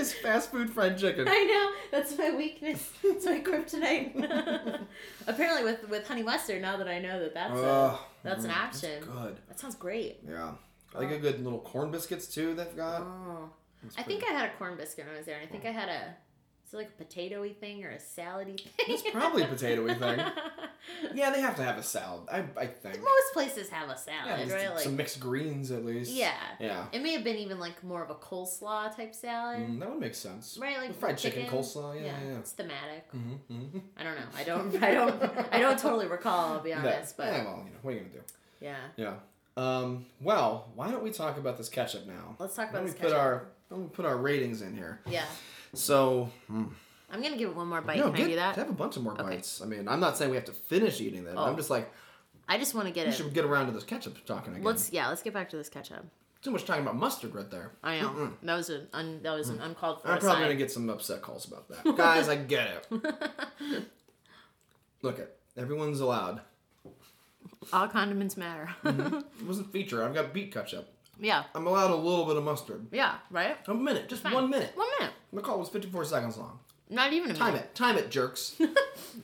it's fast food fried chicken. I know. That's my weakness. It's my kryptonite. Apparently, with with honey mustard. Now that I know that that's a, Oh, that's an mm, option. Good. that sounds great. Yeah. I like a good little corn biscuits too they've got. Oh, It's I Uh, pretty- think I had a corn biscuit when I was there, and I think I had a is it like a potatoey thing or a salady thing. It's probably a potatoey thing. Yeah, they have to have a salad. I, I think. Most places have a Yeah, at salad, least right? Like some mixed greens at least. yeah. Yeah. It may have been even like more of a coleslaw type salad, Mm, that would make sense. right? Like With fried chicken, coleslaw. Yeah, yeah. It's thematic. yeah. Mm-hmm. I don't know. I don't. I don't. I don't totally recall. I'll be honest, but yeah, well, you know, what are you gonna do? yeah. Yeah. Um, well, why don't we talk about this ketchup now? Let's talk about Let me this put ketchup. our let me put our ratings in here. Yeah. So I'm gonna give it one more bite. no, Can I get, do that? have a bunch of more bites. I mean, I'm not saying we have to finish eating that. but I'm Oh. just like I just want to get we it. should get around to this ketchup talking again. Let's yeah, let's get back to this ketchup. Too much talking about mustard right there. I know that was an un, that was an uncalled for Mm. I'm probably gonna sign. get some upset calls about that. Guys, I get it. Look it. Everyone's allowed. All condiments matter. It wasn't feature. I've got beet ketchup. yeah, I'm allowed a little bit of mustard. yeah, right. A minute, just one minute. One minute, The call was 54 seconds long. not even a Time minute. it. Time it, jerks.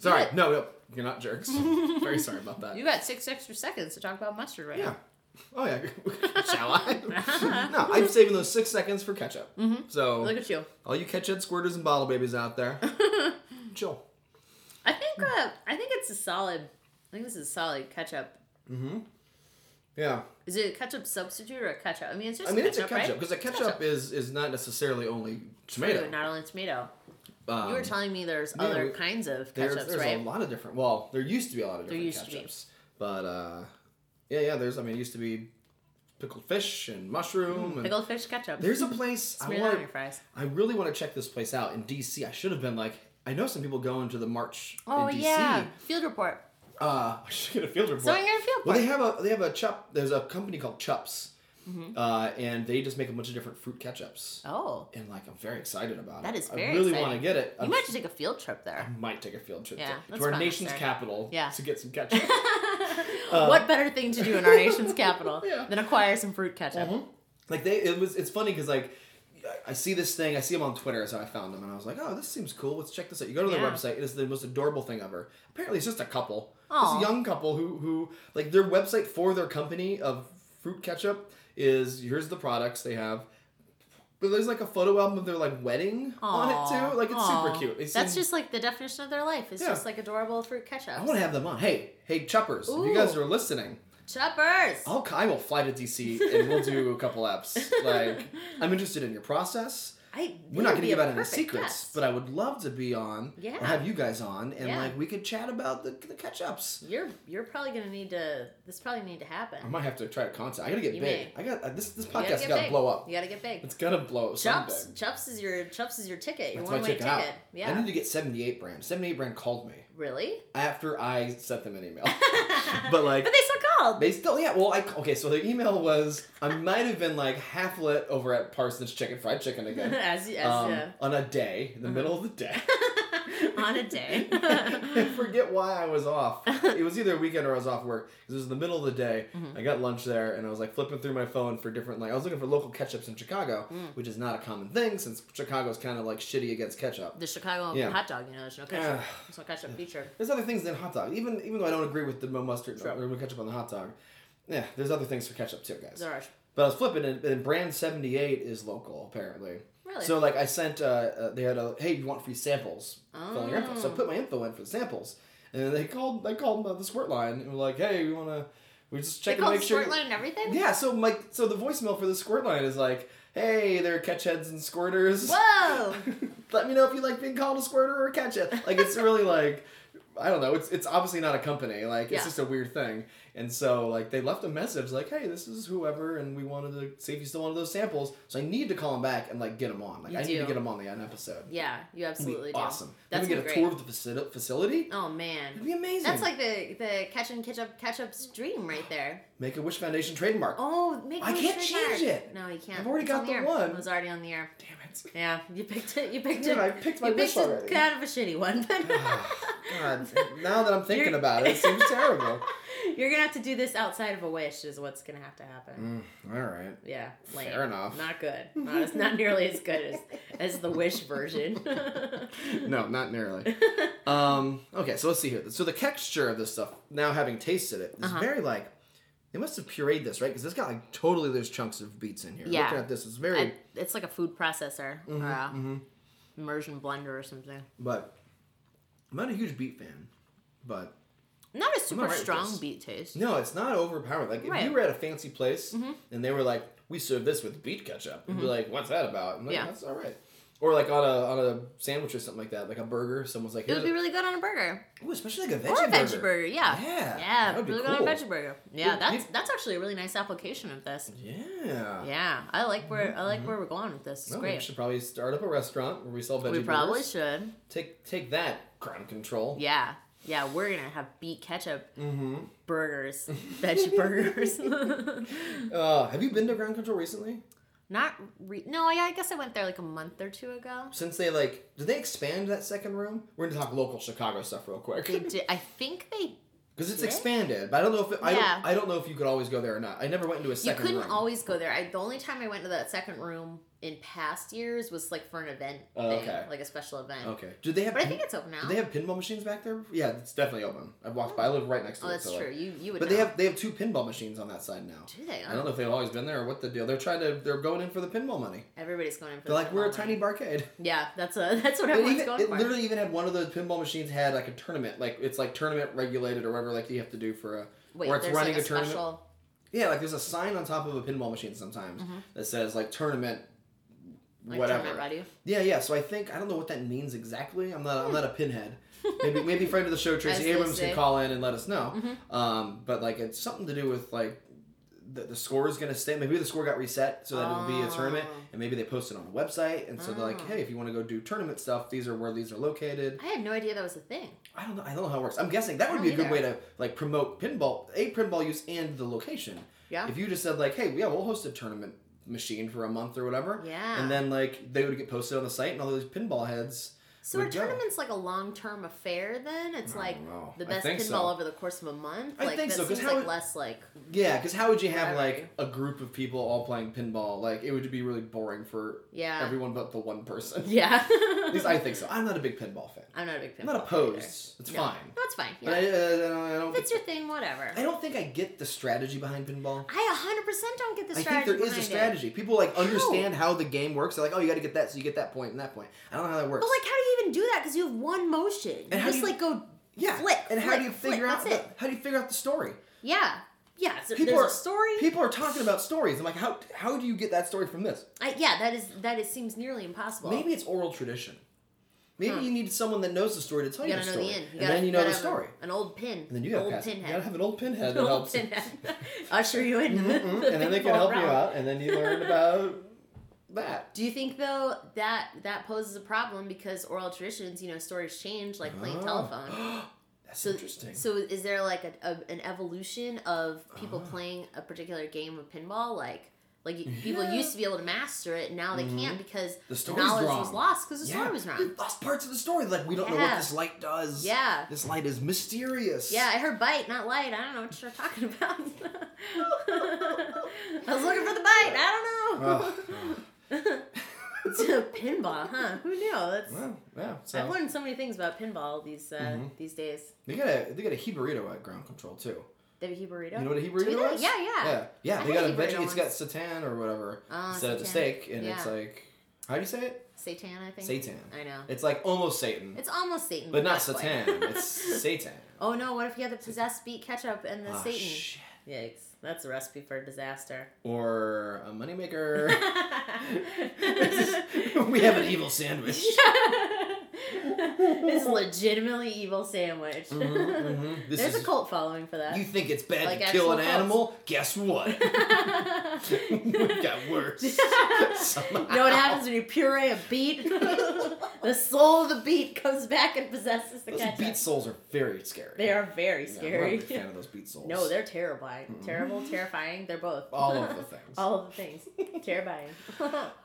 sorry. No, no. You're not jerks. Very sorry about that. You got six extra seconds to talk about mustard right yeah. Oh, yeah. Shall I? no, I'm saving those six seconds for ketchup. Mm-hmm. So, now. Look at you. all you ketchup squirters and bottle babies out there, chill. I think Mm. uh, I think it's a solid. I think this is solid ketchup. Yeah. Is it a ketchup substitute or a ketchup? I mean, it's just I mean, it's a ketchup, ketchup right? because a It's ketchup is is not necessarily only tomato. Ooh, not only tomato. Um, you were telling me there's yeah, other we- kinds of there's ketchups, there's right? a lot of different. Well, there used to be a lot of different used to be. ketchups, but uh, yeah, yeah. There's I mean, it used to be pickled fish and mushroom. and Mm, Pickled fish ketchup. There's a place I Smear that on your want. fries. I really want to check this place out in D.C. I should have been like. I know some people go into the march Oh in D.C. yeah, field report. Uh, I should get a field report. So I'm gonna field Well, report. Mm-hmm. they have a they have a chop. There's a company called Chups, uh, and they just make a bunch of different fruit ketchups. Oh, and like I'm very excited about it. That is very I really exciting. want to get it. you I'm- might have to take a field trip I there. might take a field trip Yeah, to, that's to our fun, nation's sir. capital Yeah. to get some ketchup. what better thing to do in our nation's capital Uh, Yeah. than acquire some fruit ketchup? like they, it was. It's funny because like I see this thing. I see him on Twitter. Is how I found him, and I was like, "Oh, this seems cool. Let's check this out." You go to their Yeah. website. It is the most adorable thing ever. Apparently, it's just a couple, Aw. this young couple who who like their website for their company of fruit ketchup is here's the products they have. But there's like a photo album of their like wedding on it Aw, too. Like it's aw. super cute. They That's seem- just like the definition of their life. It's Yeah. just like adorable fruit ketchup. I want to have them on. Hey, hey, Chuppers, if you Ooh. guys are listening, Chuppers. I'll I will fly to DC and we'll do a couple apps. Like I'm interested in your process. I, We're not going to give out any secrets, but I would love to be on or Yeah. have you guys on, and Yeah. like we could chat about the the catch ups. you're you're probably going to need to. This probably need to happen. I might have to try to contact. I gotta get You big. I may. got uh, this. This You podcast get got to big. blow up. You got to get big. It's gonna blow up. someday. Chups. Chups is your Chups is your ticket. Your That's one my way chicken ticket. out. Yeah. I need to get 78 brand. 78 brand called me Really? after I sent them an email. but like But they still called. They still, yeah. Well, I okay. So the email was I might have been like half lit over at Parsons Chicken Fried Chicken again as as um, uh, on a day in the middle of the day. on a day. I forget why I was off. It was either a weekend or I was off work. 'cause It was in the middle of the day. I got lunch there, and I was like flipping through my phone for different like I was looking for local ketchups in Chicago, which is not a common thing since Chicago's kind of like shitty against ketchup. the Chicago Yeah. hot dog. You know, there's no ketchup. Ugh. There's no ketchup feature. There's other things than hot dog. Even even though I don't agree with the no mustard or no ketchup on the hot dog, yeah. There's other things for ketchup too, guys. There are. But I was flipping, and, and brand seventy eight is local apparently. Really? So like I sent, uh, uh, they had a hey, you want free samples? Fill in your info. So I Oh. put my info in for the samples, and then they called. They called uh, the squirt line and were like, hey, we want to. We just They check to called make sure. Squirt Line and everything. Yeah. So like, so the voicemail for the squirt line is like, hey, there are catch heads and squirters. Whoa. Let me know if you like being called a squirter or a catch head. Like it's really like. I don't know. It's it's obviously not a company. Like it's Yeah. just a weird thing. And so like they left a message like, "Hey, this is whoever, and we wanted to see if you still wanted those samples." So I need to call them back and like get them on. Like You I need to do. get them on the an episode. Yeah, you It'd be absolutely do. awesome. Then That's we gonna get be a great. tour of the faci- facility. Oh It'd man. be amazing. That's like the the catch and ketchup ketchup's dream right there. Make a Wish Foundation trademark. Oh, make I me can't wish change I- it. No, you can't. I've already It's on got the air. one. It was already on the air. Damn it. Yeah, you picked it. You picked Dude, it. I picked my you wish picked a- already. kind of a shitty one, but Ah, God, now that I'm thinking You're- about it, it seems terrible. you're gonna have to do this outside of a wish. Is what's gonna have to happen. All right. Yeah, lame. Mm. Fair enough. Not good. Not, it's not nearly as good as as the Wish version. No, not nearly. um, okay, so let's see here. So the texture of this stuff, now having tasted it, Uh-huh. is very like they must have pureed this, right? Because this got like totally there's chunks of beets in here. Yeah. Looking at this, it's very I- it's like a food processor Mm-hmm, or a immersion blender or something. but I'm not a huge beet fan. But Not a all super right with this. strong beet taste. no, it's not overpowering. Like if Right. Mm-hmm. you were at a fancy place and they were like, We serve this with beet ketchup, you'd be like, What's that about? I'm like, Yeah. That's all right. Or like on a on a sandwich or something like that, like a burger, someone's like, It would "Here's be a-" really good on a burger Ooh, especially like a or veggie, a veggie burger. Yeah, Yeah, yeah, that would be really good on a cool. veggie burger. Yeah, Dude, that's you- that's actually a really nice application of this. Yeah. Yeah, I like where I like where we're going with this. It's Well, We great. should probably start up a restaurant where we sell veggie We probably burgers. should. Take take that crime control. Yeah. Yeah, we're gonna have beet ketchup Mm-hmm. burgers, veggie burgers. Uh, have you been to Ground Control recently? Not re- no, I, I guess I went there like a month or two ago. Since they like, did they expand that second room? We're gonna talk local Chicago stuff real quick They did. I think they. because it's did? expanded. But I don't know if it, I Yeah. don't, I don't know if you could always go there or not. I never went into a You second couldn't room. always go there. I, the only time I went to that second room in past years was like for an event Oh, thing, okay. like a special event. Okay. Did they have? But I pin- think it's open now. Do they have pinball machines back there? Yeah, it's definitely open. I've walked by. I live right next to oh, it. that's so, like- true. You you would. But they know. have they have two pinball machines on that side now. Do they? Oh, I don't know if they've always been there or what the deal. They're trying to. They're going in for the pinball money. Everybody's going in for. They're the like we're a pinball tiny money." barcade. Yeah, that's a that's what It, everyone's even, going it for. literally even had one of those pinball machines had like a tournament, like it's like tournament regulated or whatever, like you have to do for a Wait, or it's there's running like a, a, tournament. special. Yeah, like there's a sign on top of a pinball machine sometimes that says like tournament, Mm-hmm. Like, whatever. tournament ready. Yeah, yeah. So I think I don't know what that means exactly. I'm not I'm not a pinhead. Maybe maybe friend of the show Hmm. As Tracy they Abrams say. Mm-hmm. can call in and let us know. Um, but like it's something to do with like the, the score is gonna stay. Maybe the score got reset so that it would be a tournament, Oh. and maybe they post it on a website, and so they're like, hey, if you want to go do tournament stuff, these are where these are located. I had no idea that was a thing. I don't know. I don't know how it works. I'm guessing that would be a good either. way to like promote pinball, a pinball use and the location. Yeah. If you just said like, hey, yeah, we'll host a tournament machine for a month or whatever. Yeah. And then like they would get posted on the site, and all those pinball heads So would are go. tournaments like a long term affair then? It's I like don't know. the I best think pinball so. over the course of a month. I Like think that so, 'cause seems how like would- less like Yeah, because how would you have Whatever. like a group of people all playing pinball? Like it would be really boring for Yeah. everyone but the one person. Yeah. At least I think so. I'm not a big pinball fan. I'm not a big I'm pinball. not fan opposed. either. It's No, fine. That's fine. But I, Yeah. uh, I don't, I If don't it's your thing, whatever. I don't think I get the strategy behind pinball. I 100% don't get the I strategy. think there is a behind it. strategy. People like understand how the game works. They're like, oh, you got to get that, so you get that point and that point. I don't know how that works. But like, how do you even do that? Because you have one motion. You And how do just you- like go. yeah, flick, and how flick, do you flick, figure out that's the, it. how do you figure out the story? Yeah. Yeah. So People there's are a story. People are talking about stories. I'm like, how how do you get that story from this? I, yeah, that is that is seems nearly impossible. Maybe it's oral tradition. Maybe you need someone that knows the story to tell Hmm. you you, gotta the know story, the end. You and gotta, then you know gotta the have a- story. An old pin. And then you gotta old pass it. You pinhead. gotta have an old pinhead An that old helps. pinhead. Usher you in. Mm-mm, and then they can help you out, and then you learn about that. Do you think though that that poses a problem because oral traditions, you know, stories change, like playing Oh. telephone. That's So, interesting. so is there like a, a, an evolution of people Uh-huh. playing a particular game of pinball? Like, like you- people Yeah. Mm-hmm. used to be able to master it, now they can't because The the story's knowledge wrong. was lost because the story was we wrong. lost parts of the story. Like we don't know what Yeah. this light does. Yeah. this light is mysterious. Yeah, I heard bite, not light. I don't know what you're talking about. I was looking for the bite. I don't know. Ugh. It's a pinball, huh? Who knew? That's Well, yeah. I've So Mm-hmm. learned so many things about pinball these uh, these days. they got a they got a he burrito at ground control too. The he burrito. You know what a he Do we burrito know- is? Yeah, yeah. Yeah, yeah. I they had got a a He burrito veggie. It's got once. satan or whatever Oh, instead of the satan. steak, and it's Yeah. like how do you say it? Satan, I think. Satan. I know. It's, It's like almost Satan, almost Satan, but not quite. satan. it's satan. oh no! What if you had the possessed beat ketchup and the Ah, Satan? shit. Yikes! That's a recipe for disaster. Or a moneymaker. we have an evil sandwich. It's legitimately evil sandwich. Mhm. This There's is a cult following for that. You think it's bad Like to kill an actual cults. animal? Guess what? it got worse. Somehow. You know what happens when you puree a beet? the soul of the beet comes back and possesses the Those ketchup. beat souls are very scary. They are very Yeah, I'm not a scary. big fan of those beat souls. no, they're terrifying. Terrible, terrifying. They're both. all of the things. All of the things. terrifying.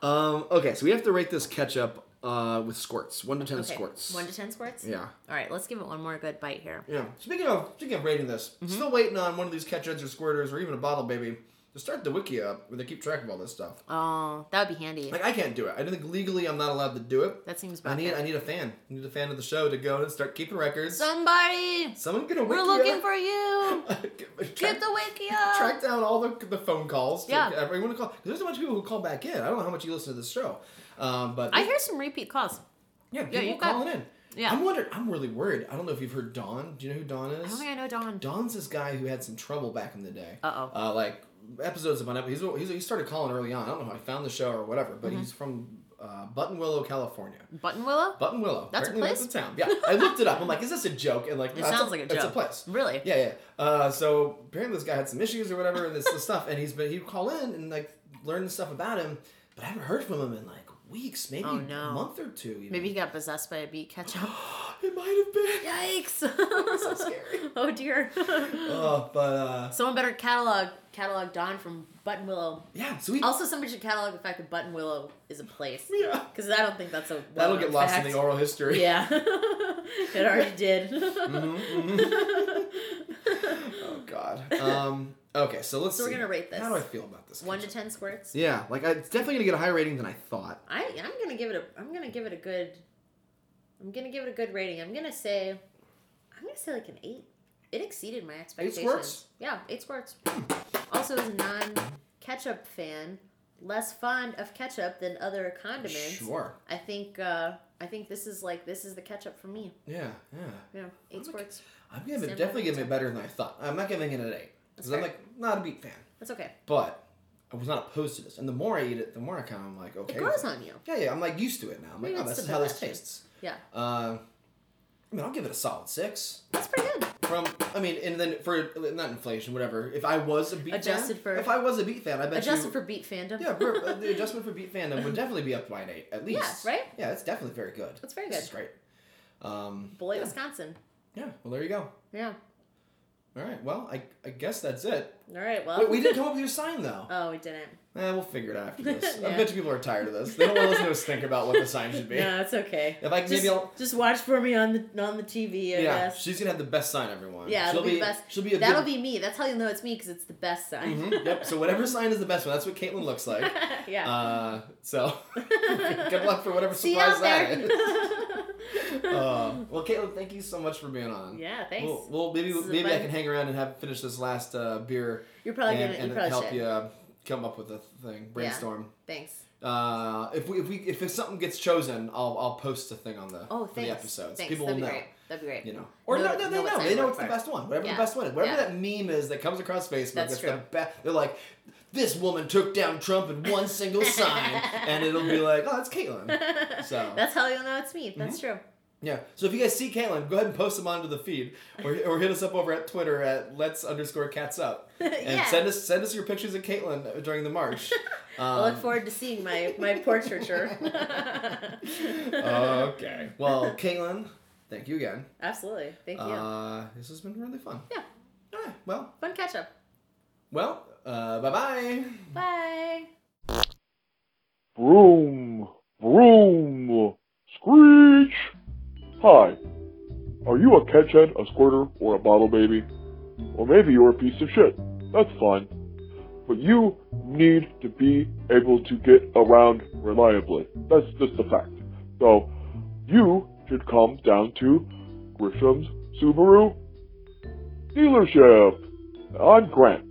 Um. Okay, so we have to rate this ketchup uh, with squirts, one to ten Okay, squirts. One to ten squirts? Yeah. All right, let's give it one more good bite here. Yeah. Speaking of speaking of rating this, Mm-hmm. still waiting on one of these ketchups or squirters or even a bottle baby to start the wiki up where they keep track of all this stuff. Oh, that would be handy. Like I can't do it. I don't think legally I'm not allowed to do it. that seems I bad. need I need a fan. I need a fan of the show to go and start keeping records. Somebody, Someone get a wiki we're looking for you. track, Get the wiki up. track down all the, the phone calls. To Yeah. Everyone to call. 'Cause there's a bunch of people who call back in. I don't know how much you listen to this show, um, but I hear some repeat calls. yeah, people you've got- calling in. yeah. I'm wondering. I'm really worried. I don't know if you've heard Don. Do you know who Don I is? don't think I know Don. Don's this guy who had some trouble back in the day. Uh-oh. Uh Like episodes of an he's, he's he started calling early on. I don't know how he found the show or whatever, Mm-hmm. but he's from uh, Button Willow, California. Button Willow? Button Willow. That's a Apparently place? That's a town. Yeah, I looked it up. I'm like, is this a joke? And like, It no, it's sounds like a It's a joke. place. Really? Yeah, yeah. Uh, so apparently this guy had some issues or whatever, and this, this stuff, and he's been he'd call in and like learn stuff about him, but I haven't heard from him in like weeks, maybe Oh, no. a month or two. Even. Maybe he got possessed by a beet ketchup. it might have been. Yikes! so scary. oh dear. Uh, but uh, Someone better catalog catalog Don from Button Willow. yeah, so we Also, somebody should catalog the fact that Button Willow is a place. yeah Because I don't think that's a that'll well-known get lost fact. in the oral history. Yeah, it already did. Mm-hmm, Oh God. Um. Okay, so let's. So we're see. gonna rate this. How do I feel about this? One to ten squirts. Yeah, like I, it's definitely gonna get a higher rating than I thought. I I'm gonna give it a I'm gonna give it a good I'm gonna give it a good rating. I'm gonna say I'm gonna say like an eight. It exceeded my expectations. squirts? Yeah, eight squirts. Also, as a non ketchup fan, less fond of ketchup than other condiments. Sure. I think uh, I think this is like this is the ketchup for me. Yeah, yeah. Yeah, eight squirts. I'm gonna Stand definitely by the give it better than I thought. I'm not giving it an eight because I'm fair. like not a beat fan, That's okay. but I was not opposed to this. And the more I eat it, the more I kind of like okay. It grows on you. Yeah, yeah. I'm like used to it now. I'm like, Maybe oh, it's this the is how this production. tastes. Yeah, Uh, I mean, I'll give it a solid six. that's pretty good. From I mean, and then for not inflation, whatever. If I was a beat Adjusted fan, for- if I was a beat fan, I bet Adjusted you, for beat fandom. yeah, for, uh, the adjustment for beat fandom would definitely be up by an eight at least. right? Yeah, it's definitely very good. That's very This is good. great. Um, Beloit, Wisconsin. yeah. Well, there you go. Yeah. All right. Well, I, I guess that's it. All right. Well. Wait, we didn't come up with your sign though. Oh, we didn't. Eh, we'll figure it out after this. I Yeah. bet you people are tired of this. They don't want to listen to us think about what the sign should be. No, it's okay. If I- just, maybe I'll- just watch for me on the on the TV. I Yeah, guess. she's gonna have the best sign, everyone. yeah, she'll it'll be, the best. She'll be a That'll good, be me. That's how you'll know it's me because it's the best sign. Mhm, yep. So whatever sign is the best one, that's what Caitlin looks like. yeah. Uh, so good luck for whatever See you surprise out that there. is. Uh, well, Caitlin, thank you so much for being on. yeah. Thanks. Well, well, maybe This is a maybe I fun- can hang around and have finish this last uh, beer You're probably and, gonna. You and probably help should. you uh, come up with a thing, brainstorm. Thanks. Uh, if we if we if something gets chosen, I'll I'll post a thing on the Oh, for thanks. the episodes. Thanks. People That'd will be know. great. That'd be great. You know, or Know no, what- no, they know know. what sign They know works it's the for. best one. Whatever Yeah. the best one is. Whatever Yeah. that meme is that comes across Facebook. That's it's true. the best. They're like, this woman took down Trump in one single sign, and it'll be like, oh, that's Caitlyn. So That's how you'll know it's me. That's Mm-hmm. true. yeah. So if you guys see Caitlyn, go ahead and post them onto the feed, or, or hit us up over at Twitter at Let's underscore Cats Up, and Yeah. send us send us your pictures of Caitlyn during the march. I Um, look forward to seeing my my portraiture. Uh, okay. Well, Caitlin, thank you again. Absolutely. Thank you. Uh, this has been really fun. yeah. All right. Well, Fun catch up. well. Uh, bye bye. Bye. Vroom, vroom, screech. Hi. Are you a catchhead, a squirter, or a bottle baby? Or maybe you're a piece of shit. That's fine. But you need to be able to get around reliably. That's just a fact. So, you should come down to Grisham's Subaru dealership. I'm Grant.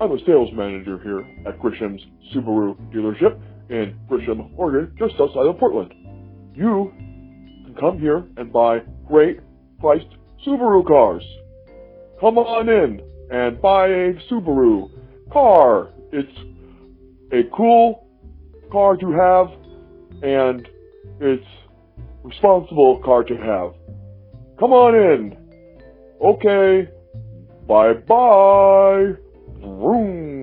I'm a sales manager here at Grisham's Subaru dealership in Grisham, Oregon, just outside of Portland. You can come here and buy great priced Subaru cars. Come on in and buy a Subaru car. It's a cool car to have and it's responsible car to have. Come on in. Okay. Bye bye. Vroom.